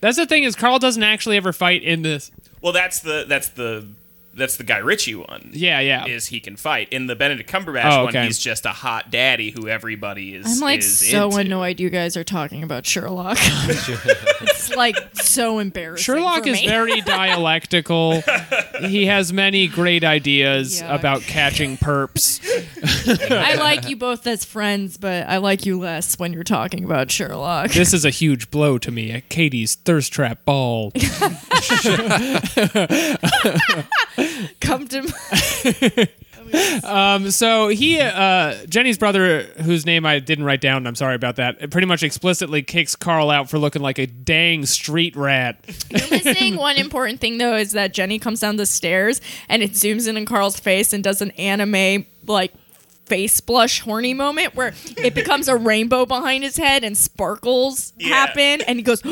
Speaker 2: That's the thing is Carl doesn't actually ever fight in this.
Speaker 6: Well, that's the that's the that's the Guy Ritchie one.
Speaker 2: Yeah, yeah.
Speaker 6: Is he can fight in the Benedict Cumberbatch
Speaker 2: Oh,
Speaker 6: one?
Speaker 2: okay.
Speaker 6: He's just a hot daddy who everybody is.
Speaker 4: I'm like
Speaker 6: is
Speaker 4: so
Speaker 6: into.
Speaker 4: annoyed you guys are talking about Sherlock. it's like so embarrassing.
Speaker 2: Sherlock
Speaker 4: for
Speaker 2: is
Speaker 4: me.
Speaker 2: very dialectical. he has many great ideas
Speaker 4: Yeah.
Speaker 2: about catching perps.
Speaker 4: I like you both as friends, but I like you less when you're talking about Sherlock.
Speaker 2: This is a huge blow to me at Katie's thirst trap ball.
Speaker 4: Come to m-
Speaker 2: So he, uh, Jenny's brother, whose name I didn't write down, I'm sorry about that, pretty much explicitly kicks Carl out for looking like a dang street rat.
Speaker 4: You're missing one important thing though is that Jenny comes down the stairs and it zooms in on Carl's face and does an anime like face blush horny moment where it becomes a rainbow behind his head and sparkles
Speaker 6: Yeah.
Speaker 4: happen and he goes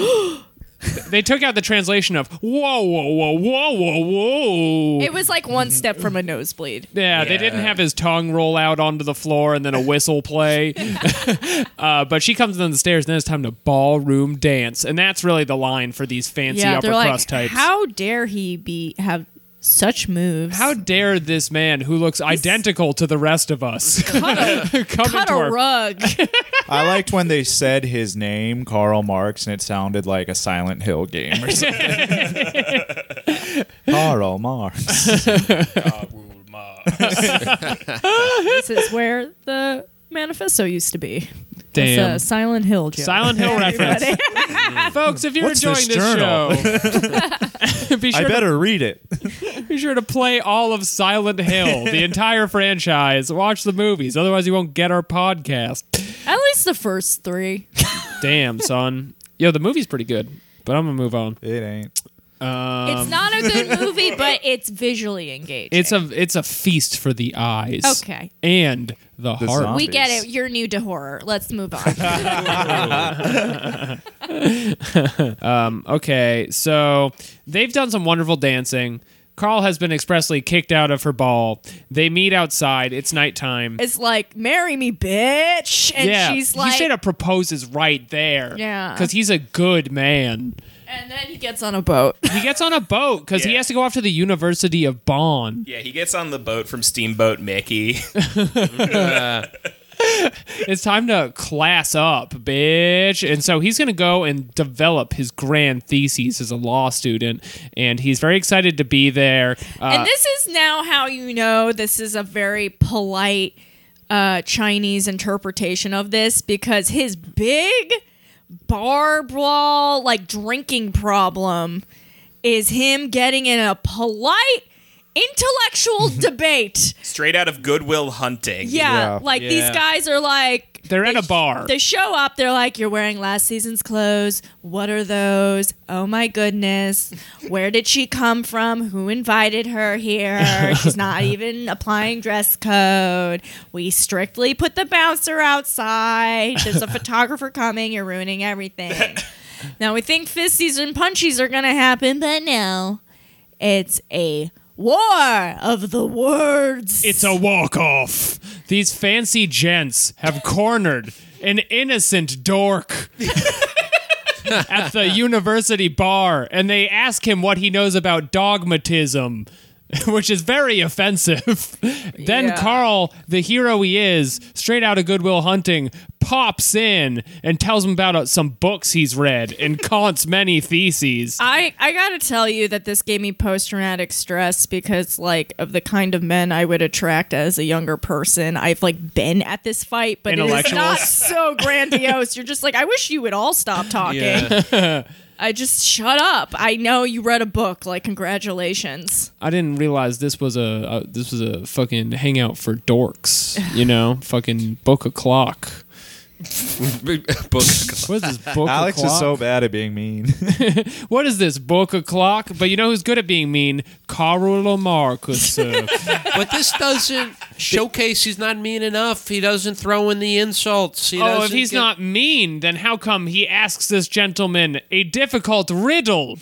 Speaker 2: They took out the translation of whoa, whoa, whoa, whoa, whoa, whoa.
Speaker 4: it was like
Speaker 2: Mm-hmm.
Speaker 4: one step from a nosebleed.
Speaker 2: Yeah, they didn't have his tongue roll out onto the floor and then a whistle play. uh, but she comes down the stairs, and then it's time to ballroom dance, and that's really the line for these fancy upper crust types.
Speaker 4: how dare he be have such moves?
Speaker 2: How dare this man who looks identical to the rest of us
Speaker 4: cut a,
Speaker 2: come
Speaker 4: cut
Speaker 2: into
Speaker 4: a
Speaker 2: our
Speaker 4: rug?
Speaker 5: I liked when they said his name, Karl Marx, and it sounded like a Silent Hill game or something. Karl Marx.
Speaker 4: this is where the manifesto used to be.
Speaker 2: Damn.
Speaker 4: It's a Silent Hill joke.
Speaker 2: Silent Hill reference. Folks, if you're
Speaker 5: What's
Speaker 2: enjoying
Speaker 5: this
Speaker 2: this, show, be
Speaker 5: I
Speaker 2: sure, to,
Speaker 5: better read it.
Speaker 2: be sure to play all of Silent Hill, the entire franchise. Watch the movies, otherwise, you won't get our podcast.
Speaker 4: At least the first three.
Speaker 2: Damn, son. Yo, the movie's pretty good, but I'm going to move on.
Speaker 5: It ain't.
Speaker 4: it's not a good movie, but it's visually engaging.
Speaker 2: Um, It's a it's a feast for the eyes.
Speaker 4: Okay.
Speaker 2: And the, heart.
Speaker 5: zombie.
Speaker 4: we get it. You're new to horror. Let's move on.
Speaker 2: Okay, so they've done some wonderful dancing. Carl has been expressly kicked out of her ball. They meet outside. It's nighttime.
Speaker 4: it's like, marry me, bitch. And
Speaker 2: yeah,
Speaker 4: she's like,
Speaker 2: he straight up proposes right there.
Speaker 4: Yeah.
Speaker 2: because he's a good man.
Speaker 4: and then he gets on a boat.
Speaker 2: He gets on a boat because he
Speaker 6: Yeah.
Speaker 2: has to go off to the University of Bonn.
Speaker 6: Yeah, he gets on the boat from Steamboat Mickey.
Speaker 2: it's time to class up, bitch. And so he's going to go and develop his grand theses as a law student, and he's very excited to be there. Uh,
Speaker 4: and this is now how you know this is a very polite uh, Chinese interpretation of this because his big bar brawl, like drinking problem, is him getting in a polite intellectual debate.
Speaker 6: Straight out of Goodwill Hunting.
Speaker 4: Yeah,
Speaker 5: Yeah.
Speaker 4: like these
Speaker 3: Yeah.
Speaker 4: guys are like
Speaker 2: They're at a bar.
Speaker 4: They show up. They're like, "You're wearing last season's clothes. What are those? Oh my goodness! Where did she come from? Who invited her here? She's not even applying dress code. We strictly put the bouncer outside. There's a photographer coming. You're ruining everything." Now we think fisties and punchies are gonna happen, but no, it's a war of the words.
Speaker 2: It's a walk off. These fancy gents have cornered an innocent dork at the university bar, and they ask him what he knows about dogmatism. Which is very offensive. then
Speaker 4: Yeah.
Speaker 2: Carl, the hero he is, straight out of Goodwill Hunting, pops in and tells him about uh, some books he's read and Kant's many theses.
Speaker 4: I, I gotta tell you that this gave me post traumatic stress because like of the kind of men I would attract as a younger person. I've like been at this fight, but it's not
Speaker 2: Intellectuals.
Speaker 4: so grandiose. You're just like, I wish you would all stop talking.
Speaker 3: Yeah.
Speaker 4: I just shut up. I know you read a book. Like congratulations.
Speaker 2: I didn't realize this was a, a this was a fucking hangout for dorks. You know, fucking book o'clock.
Speaker 3: Book.
Speaker 2: What is this book
Speaker 5: Alex
Speaker 2: o'clock?
Speaker 5: is so bad at being mean.
Speaker 2: what is this book o'clock? But you know who's good at being mean? Carlo Marcus. uh,
Speaker 3: But this doesn't showcase he's not mean enough. He doesn't throw in the insults. He
Speaker 2: oh, if
Speaker 3: doesn't
Speaker 2: he's
Speaker 3: get-
Speaker 2: not mean, then how come he asks this gentleman a difficult riddle?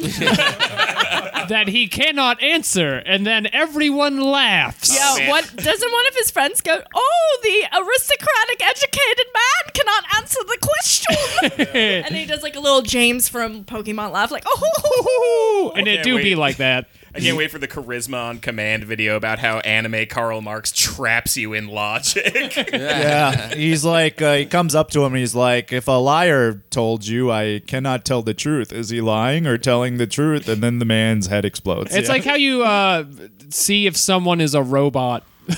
Speaker 2: That he cannot answer, and then everyone laughs.
Speaker 4: Yeah,
Speaker 6: man.
Speaker 4: what doesn't one of his friends go? Oh, the aristocratic, educated man cannot answer the question. and then he does like a little James from Pokemon laugh, like oh.
Speaker 2: and
Speaker 6: I
Speaker 2: it do
Speaker 6: can't
Speaker 2: be
Speaker 6: wait.
Speaker 2: like that.
Speaker 6: I can't wait for the Charisma on Command video about how anime Karl Marx traps you in logic.
Speaker 5: yeah, he's like uh, he comes up to him and he's like, "If a liar told you, I cannot tell the truth. Is he lying or telling the truth?" And then the man's head explodes.
Speaker 2: It's
Speaker 5: Yeah.
Speaker 2: like how you uh, see if someone is a robot.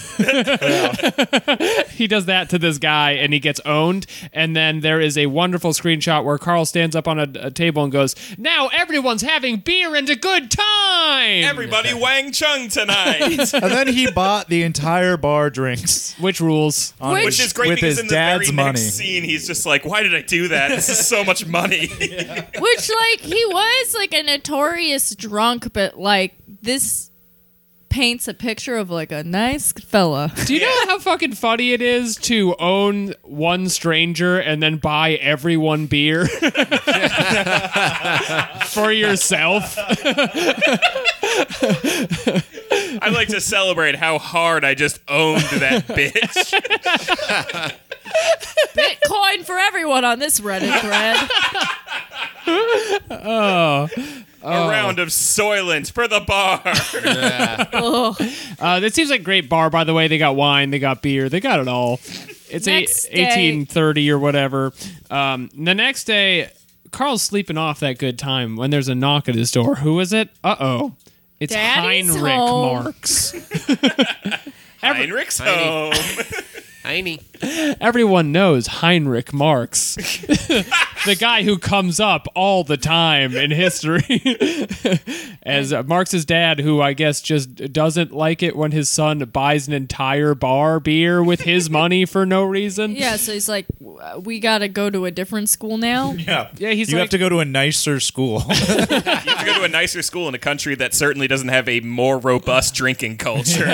Speaker 2: he does that to this guy and he gets owned. And then there is a wonderful screenshot where Carl stands up on a, a table and goes, Now everyone's having beer and a good time!
Speaker 6: Everybody Wang Chung tonight.
Speaker 5: and then he bought the entire bar drinks.
Speaker 2: Which rules?
Speaker 5: on
Speaker 4: Which-
Speaker 6: Which is great
Speaker 5: with
Speaker 6: because
Speaker 5: his
Speaker 6: in the
Speaker 5: dad's
Speaker 6: very
Speaker 5: money.
Speaker 6: next scene, he's just like, "Why did I do that? This is so much money."
Speaker 4: Which, like, he was like a notorious drunk, but like this paints a picture of like a nice fella.
Speaker 2: Do you know how fucking funny it is to own one stranger and then buy everyone beer for yourself?
Speaker 6: I'd like to celebrate how hard I just owned that bitch.
Speaker 4: Bitcoin for everyone on this Reddit thread.
Speaker 5: Oh.
Speaker 6: A round of Soylent for the bar.
Speaker 2: Uh, that seems like a great bar, by the way. They got wine, they got beer, they got it all. It's eight,
Speaker 4: Next day.
Speaker 2: 1830 or whatever. Um, the next day, Carl's sleeping off that good time when there's a knock at his door. Who is it? Uh oh. It's
Speaker 4: Daddy's
Speaker 2: Heinrich
Speaker 4: home.
Speaker 2: Marx.
Speaker 6: Heinrich's home.
Speaker 3: Tiny. Tiny.
Speaker 2: Everyone knows Heinrich Marx, the guy who comes up all the time in history as uh, Marx's dad, who I guess just doesn't like it when his son buys an entire bar beer with his money for no reason.
Speaker 4: Yeah, so he's like, "W- uh, we gotta go to a different school now.
Speaker 5: yeah,
Speaker 2: Yeah, he's
Speaker 5: you
Speaker 2: like-
Speaker 5: have to go to a nicer school.
Speaker 6: You have to go to a nicer school in a country that certainly doesn't have a more robust drinking culture.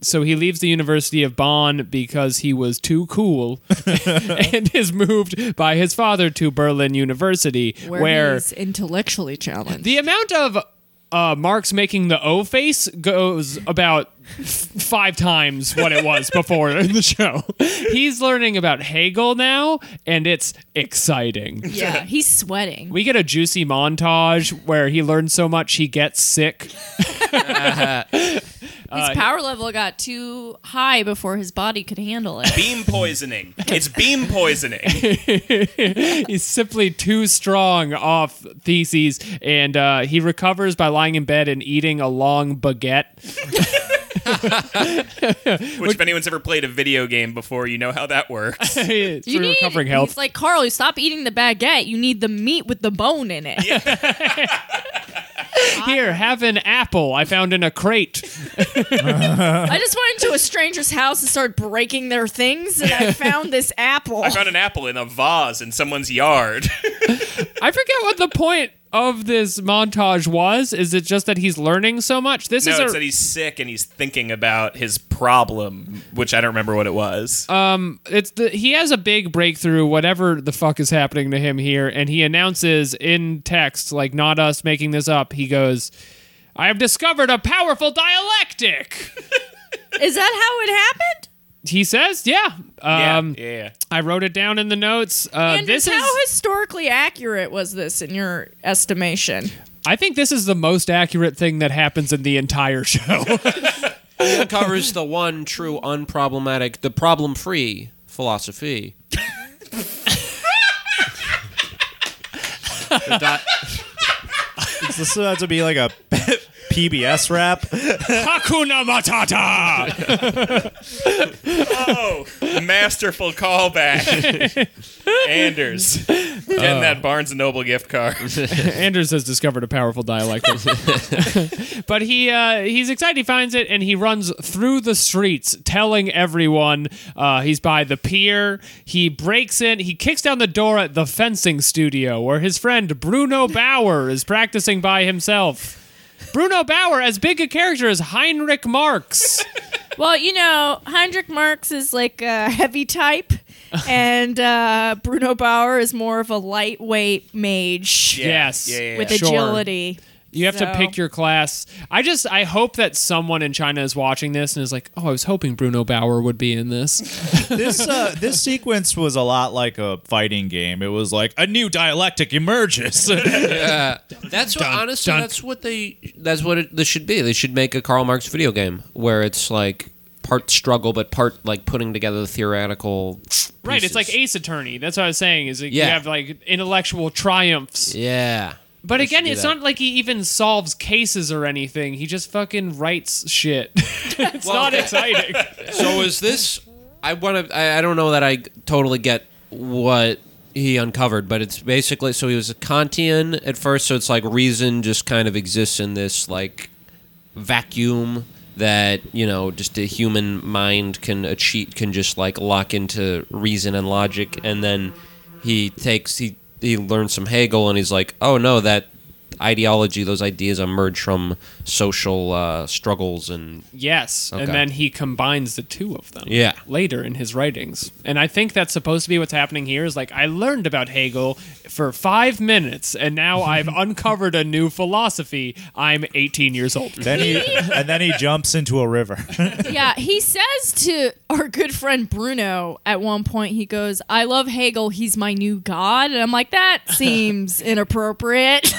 Speaker 2: So he leaves the University of Bonn because he was too cool and is moved by his father to Berlin University, where,
Speaker 4: Where, he's intellectually challenged.
Speaker 2: the amount of uh, Marx making the O face goes about f- five times what it was before in the show. He's learning about Hegel now, and it's exciting.
Speaker 4: yeah, he's sweating.
Speaker 2: We get a juicy montage where he learns so much he gets sick.
Speaker 4: His power level got too high before his body could handle it.
Speaker 6: Beam poisoning. It's beam poisoning.
Speaker 2: He's simply too strong off Theses, and uh, he recovers by lying in bed and eating a long baguette.
Speaker 6: Which, if anyone's ever played a video game before, you know how that works.
Speaker 2: Through
Speaker 4: You need,
Speaker 2: recovering
Speaker 4: He's
Speaker 2: health.
Speaker 4: like Carl. You stop eating the baguette. You need the meat with the bone in it.
Speaker 2: Here, have an apple I found in a crate.
Speaker 4: I just went into a stranger's house and started breaking their things, and I found this apple.
Speaker 6: I found an apple in a vase in someone's yard.
Speaker 2: I forget what the point of this montage was. Is it just that he's learning so much? This
Speaker 6: no,
Speaker 2: is
Speaker 6: it's
Speaker 2: a
Speaker 6: that he's sick and he's thinking about his problem, which I don't remember what it was.
Speaker 2: it's the he has a big breakthrough whatever the fuck is happening to him here and he announces in text like not us making this up he goes i have discovered a powerful dialectic
Speaker 4: Is that how it happened?
Speaker 2: he says yeah
Speaker 6: yeah,
Speaker 2: um
Speaker 6: yeah, yeah.
Speaker 2: i wrote it down in the notes uh
Speaker 4: And
Speaker 2: this is
Speaker 4: how historically accurate was this in your estimation?
Speaker 2: i think this is the most accurate thing that happens in the entire show
Speaker 3: It covers the one true unproblematic, the problem-free philosophy. The di-
Speaker 5: Is this about to be like a PBS rap?
Speaker 2: hakuna matata
Speaker 6: Oh, masterful callback, Anders. Getting that Barnes and Noble gift card.
Speaker 2: Anders has discovered a powerful dialectic. but he uh, he's excited. He finds it and he runs through the streets, telling everyone uh, he's by the pier. He breaks in. He kicks down the door at the fencing studio where his friend Bruno Bauer is practicing by himself. Bruno Bauer, as big a character as Heinrich Marx.
Speaker 4: Well, you know, Heinrich Marx is like a heavy type, and uh, Bruno Bauer is more of a lightweight mage
Speaker 2: Yes.
Speaker 6: yeah, yeah, yeah.
Speaker 4: with
Speaker 2: Sure.
Speaker 4: agility.
Speaker 2: You have to
Speaker 4: So-
Speaker 2: pick your class. I just I hope that someone in China is watching this and is like, "Oh, I was hoping Bruno Bauer would be in this."
Speaker 5: this uh, this sequence was a lot like a fighting game. It was like a new dialectic emerges.
Speaker 3: That's what, honestly,
Speaker 5: dun.
Speaker 3: that's what they. That's what it, this should be. They should make a Karl Marx video game where it's like part struggle, but part like putting together the theoretical.
Speaker 2: Right, it's like Ace
Speaker 3: pieces.
Speaker 2: Attorney. That's what I was saying. Is like you
Speaker 3: Yeah.
Speaker 2: have like intellectual triumphs,
Speaker 3: yeah.
Speaker 2: but
Speaker 3: They
Speaker 2: again,
Speaker 3: should do
Speaker 2: it's
Speaker 3: that.
Speaker 2: not like he even solves cases or anything. He just fucking writes shit. it's
Speaker 3: Well-
Speaker 2: not exciting.
Speaker 3: So Oh, is this? I want to. I, I don't know that I totally get what he uncovered, but it's basically so he was a Kantian at first. So it's like reason just kind of exists in this like vacuum that you know just a human mind can achieve can just like lock into reason and logic and then he takes he he learns some hegel and he's like oh no that ideology those ideas emerge from social uh, struggles and
Speaker 2: yes, and
Speaker 3: Okay.
Speaker 2: then he combines the two of them.
Speaker 3: Yeah.
Speaker 2: later in his writings, and I think that's supposed to be what's happening here. Is like I learned about Hegel for five minutes, and now I've uncovered a new philosophy. I'm 18 years old.
Speaker 5: then he and then he jumps into a river.
Speaker 4: yeah, he says to our good friend Bruno at one point, he goes, I love Hegel. He's my new god. And I'm like, that seems inappropriate.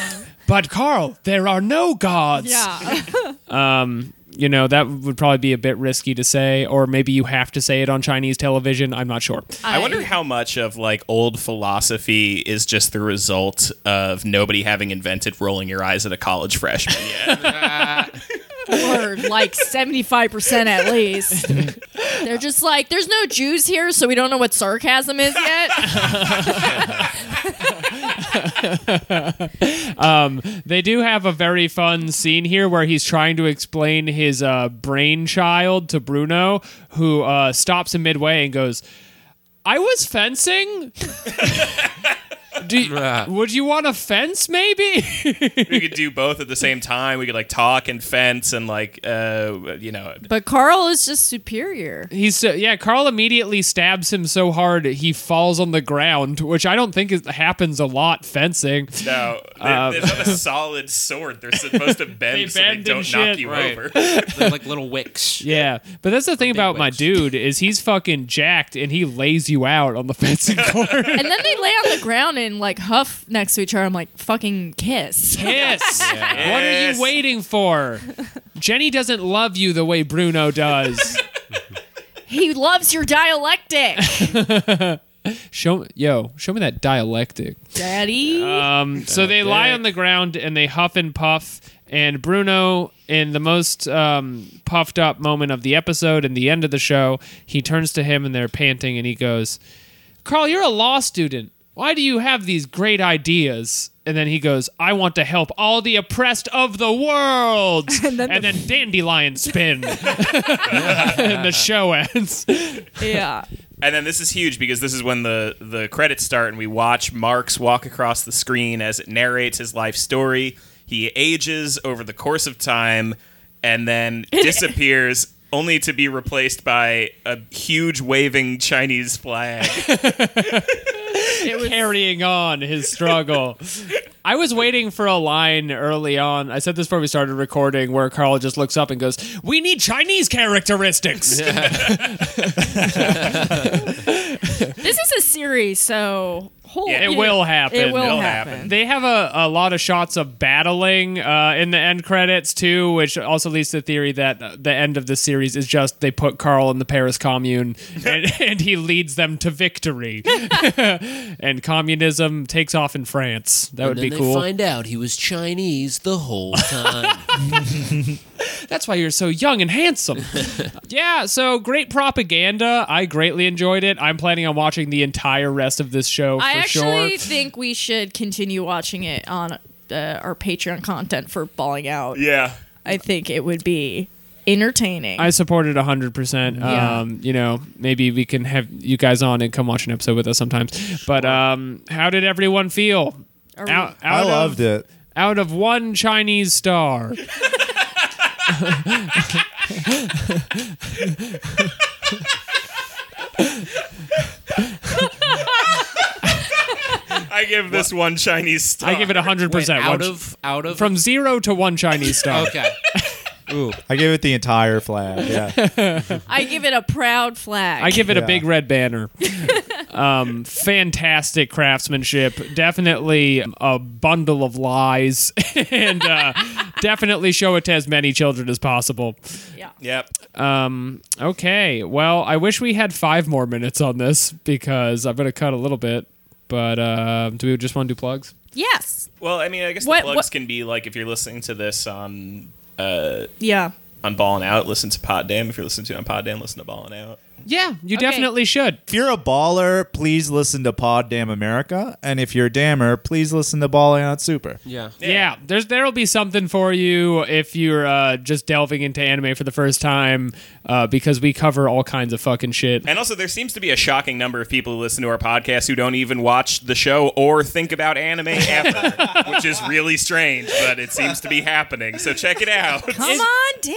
Speaker 2: But Carl, there are no gods.
Speaker 4: yeah.
Speaker 2: you know that would probably be a bit risky to say or maybe you have to say it on chinese television i'm not sure
Speaker 6: I wonder how much of like old philosophy is just the result of nobody having invented rolling your eyes at a college freshman yet.
Speaker 4: Or like 75% at least. They're just like, there's no Jews here, so we don't know what sarcasm is yet.
Speaker 2: they do have a very fun scene here where he's trying to explain his uh, brainchild to bruno who uh, stops in midway and goes i was fencing do you-
Speaker 3: Yeah.
Speaker 2: would you want a fence maybe
Speaker 6: we could do both at the same time. We could like talk and fence and like uh you know
Speaker 4: But Carl is just superior.
Speaker 2: He's so, yeah. Carl immediately stabs him so hard he falls on the ground, which I don't think is, happens a lot fencing.
Speaker 6: no they're, they're not a solid sword. They're supposed to bend
Speaker 2: Um, They
Speaker 6: so they
Speaker 2: bend and
Speaker 6: don't knock
Speaker 2: shit,
Speaker 6: you
Speaker 3: right.
Speaker 6: over.
Speaker 3: They're like little wicks.
Speaker 2: Yeah, but that's the thing about my
Speaker 3: wicks.
Speaker 2: dude is he's fucking jacked and he lays you out on the fencing court.
Speaker 4: And then they lay on the ground and like huff next to each other. I'm like, fucking kiss.
Speaker 2: Kiss. What are
Speaker 6: Yes.
Speaker 2: you waiting for? Jenny doesn't love you the way Bruno does.
Speaker 4: He loves your dialectic,
Speaker 2: show yo, show me that dialectic.
Speaker 4: Daddy.
Speaker 2: Um, so they lie on the ground and they huff and puff. And Bruno, in the most um, puffed up moment of the episode and the end of the show, he turns to him and they're panting and he goes, Carl, you're a law student. Why do you have these great ideas? And then he goes, I want to help all the oppressed of the world. And then, dandelion spin. and the show ends.
Speaker 4: yeah.
Speaker 6: And then this is huge because this is when the, the credits start and we watch Marx walk across the screen as it narrates his life story. He ages over the course of time and then disappears only to be replaced by a huge waving Chinese flag.
Speaker 2: carrying on his struggle. I was waiting for a line early on. I said this before we started recording, where Carl just looks up and goes, "We need Chinese characteristics."
Speaker 4: This is a series, so hold
Speaker 6: Yeah, it
Speaker 4: you-
Speaker 2: will happen.
Speaker 4: It will
Speaker 6: It'll
Speaker 4: happen.
Speaker 6: happen.
Speaker 2: They have a, a lot of shots of battling uh, in the end credits too, which also leads to the theory that the end of the series is just they put Carl in the Paris Commune and, and he leads them to victory, and communism takes off in France. That would
Speaker 3: and then
Speaker 2: be
Speaker 3: they
Speaker 2: cool.
Speaker 3: find out he was Chinese the whole time.
Speaker 2: That's why you're so young and handsome. yeah, so great propaganda. I greatly enjoyed it. I'm planning on watching the entire rest of this show for
Speaker 4: I actually
Speaker 2: sure.
Speaker 4: think we should continue watching it on uh, our Patreon content for Balling Out.
Speaker 6: yeah.
Speaker 4: I think it would be entertaining.
Speaker 2: I support it 100%.
Speaker 4: Yeah.
Speaker 2: Um, you know, maybe we can have you guys on and come watch an episode with us sometimes. But um, how did everyone feel?
Speaker 4: Are we-
Speaker 2: Out,
Speaker 5: I loved
Speaker 2: of,
Speaker 5: it.
Speaker 2: Out of one Chinese star.
Speaker 6: I give this one Chinese star.
Speaker 2: I give it 100%.
Speaker 3: Wait, out
Speaker 2: One-
Speaker 3: of out of
Speaker 2: from zero to one Chinese star.
Speaker 3: okay. Ooh,
Speaker 5: I gave it the entire flag. Yeah.
Speaker 4: I give it a proud flag.
Speaker 2: I give it a
Speaker 5: Yeah.
Speaker 2: big red banner. um, fantastic craftsmanship. Definitely a bundle of lies, and uh, definitely show it to as many children as possible.
Speaker 4: yeah.
Speaker 6: Yep.
Speaker 2: Okay, well, I wish we had five more minutes on this because I'm going to cut a little bit. But uh, do we just want to do plugs?
Speaker 4: Yes.
Speaker 6: Well, I mean, I guess
Speaker 4: What-
Speaker 6: the plugs
Speaker 4: what-
Speaker 6: can be like if you're listening to this on
Speaker 4: Yeah.
Speaker 6: on Ballin' Out, listen to Pod Dam. If you're listening to it on Pod Dam, listen to Ballin' Out.
Speaker 2: Yeah, you
Speaker 4: Okay.
Speaker 2: definitely should.
Speaker 5: if you're a baller, please listen to Pod Damn America, and if you're a dammer, please listen to Balling Out Super.
Speaker 3: yeah.
Speaker 2: Yeah. there's there'll be something for you if you're uh, just delving into anime for the first time uh, because we cover all kinds of fucking shit.
Speaker 6: And also, there seems to be a shocking number of people who listen to our podcast who don't even watch the show or think about anime ever, which is really strange, but it seems to be happening. So check it out.
Speaker 4: Come on down.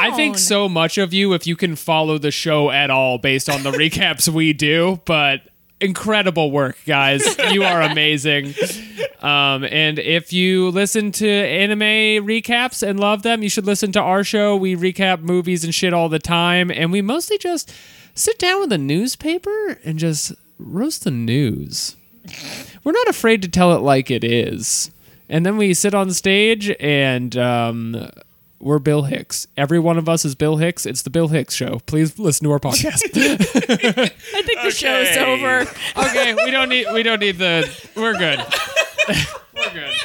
Speaker 2: I think so much of you if you can follow the show at all based on the recaps we do, but incredible work guys you are amazing um, and if you listen to anime recaps and love them you should listen to our show we recap movies and shit all the time and we mostly just sit down with a newspaper and just roast the news we're not afraid to tell it like it is and then we sit on stage and um, we're Bill Hicks. Every one of us is Bill Hicks. It's the Bill Hicks show. Please listen to our podcast.
Speaker 4: I think the show's
Speaker 6: Okay.
Speaker 4: over.
Speaker 2: okay, we don't need we don't need the we're good. we're good.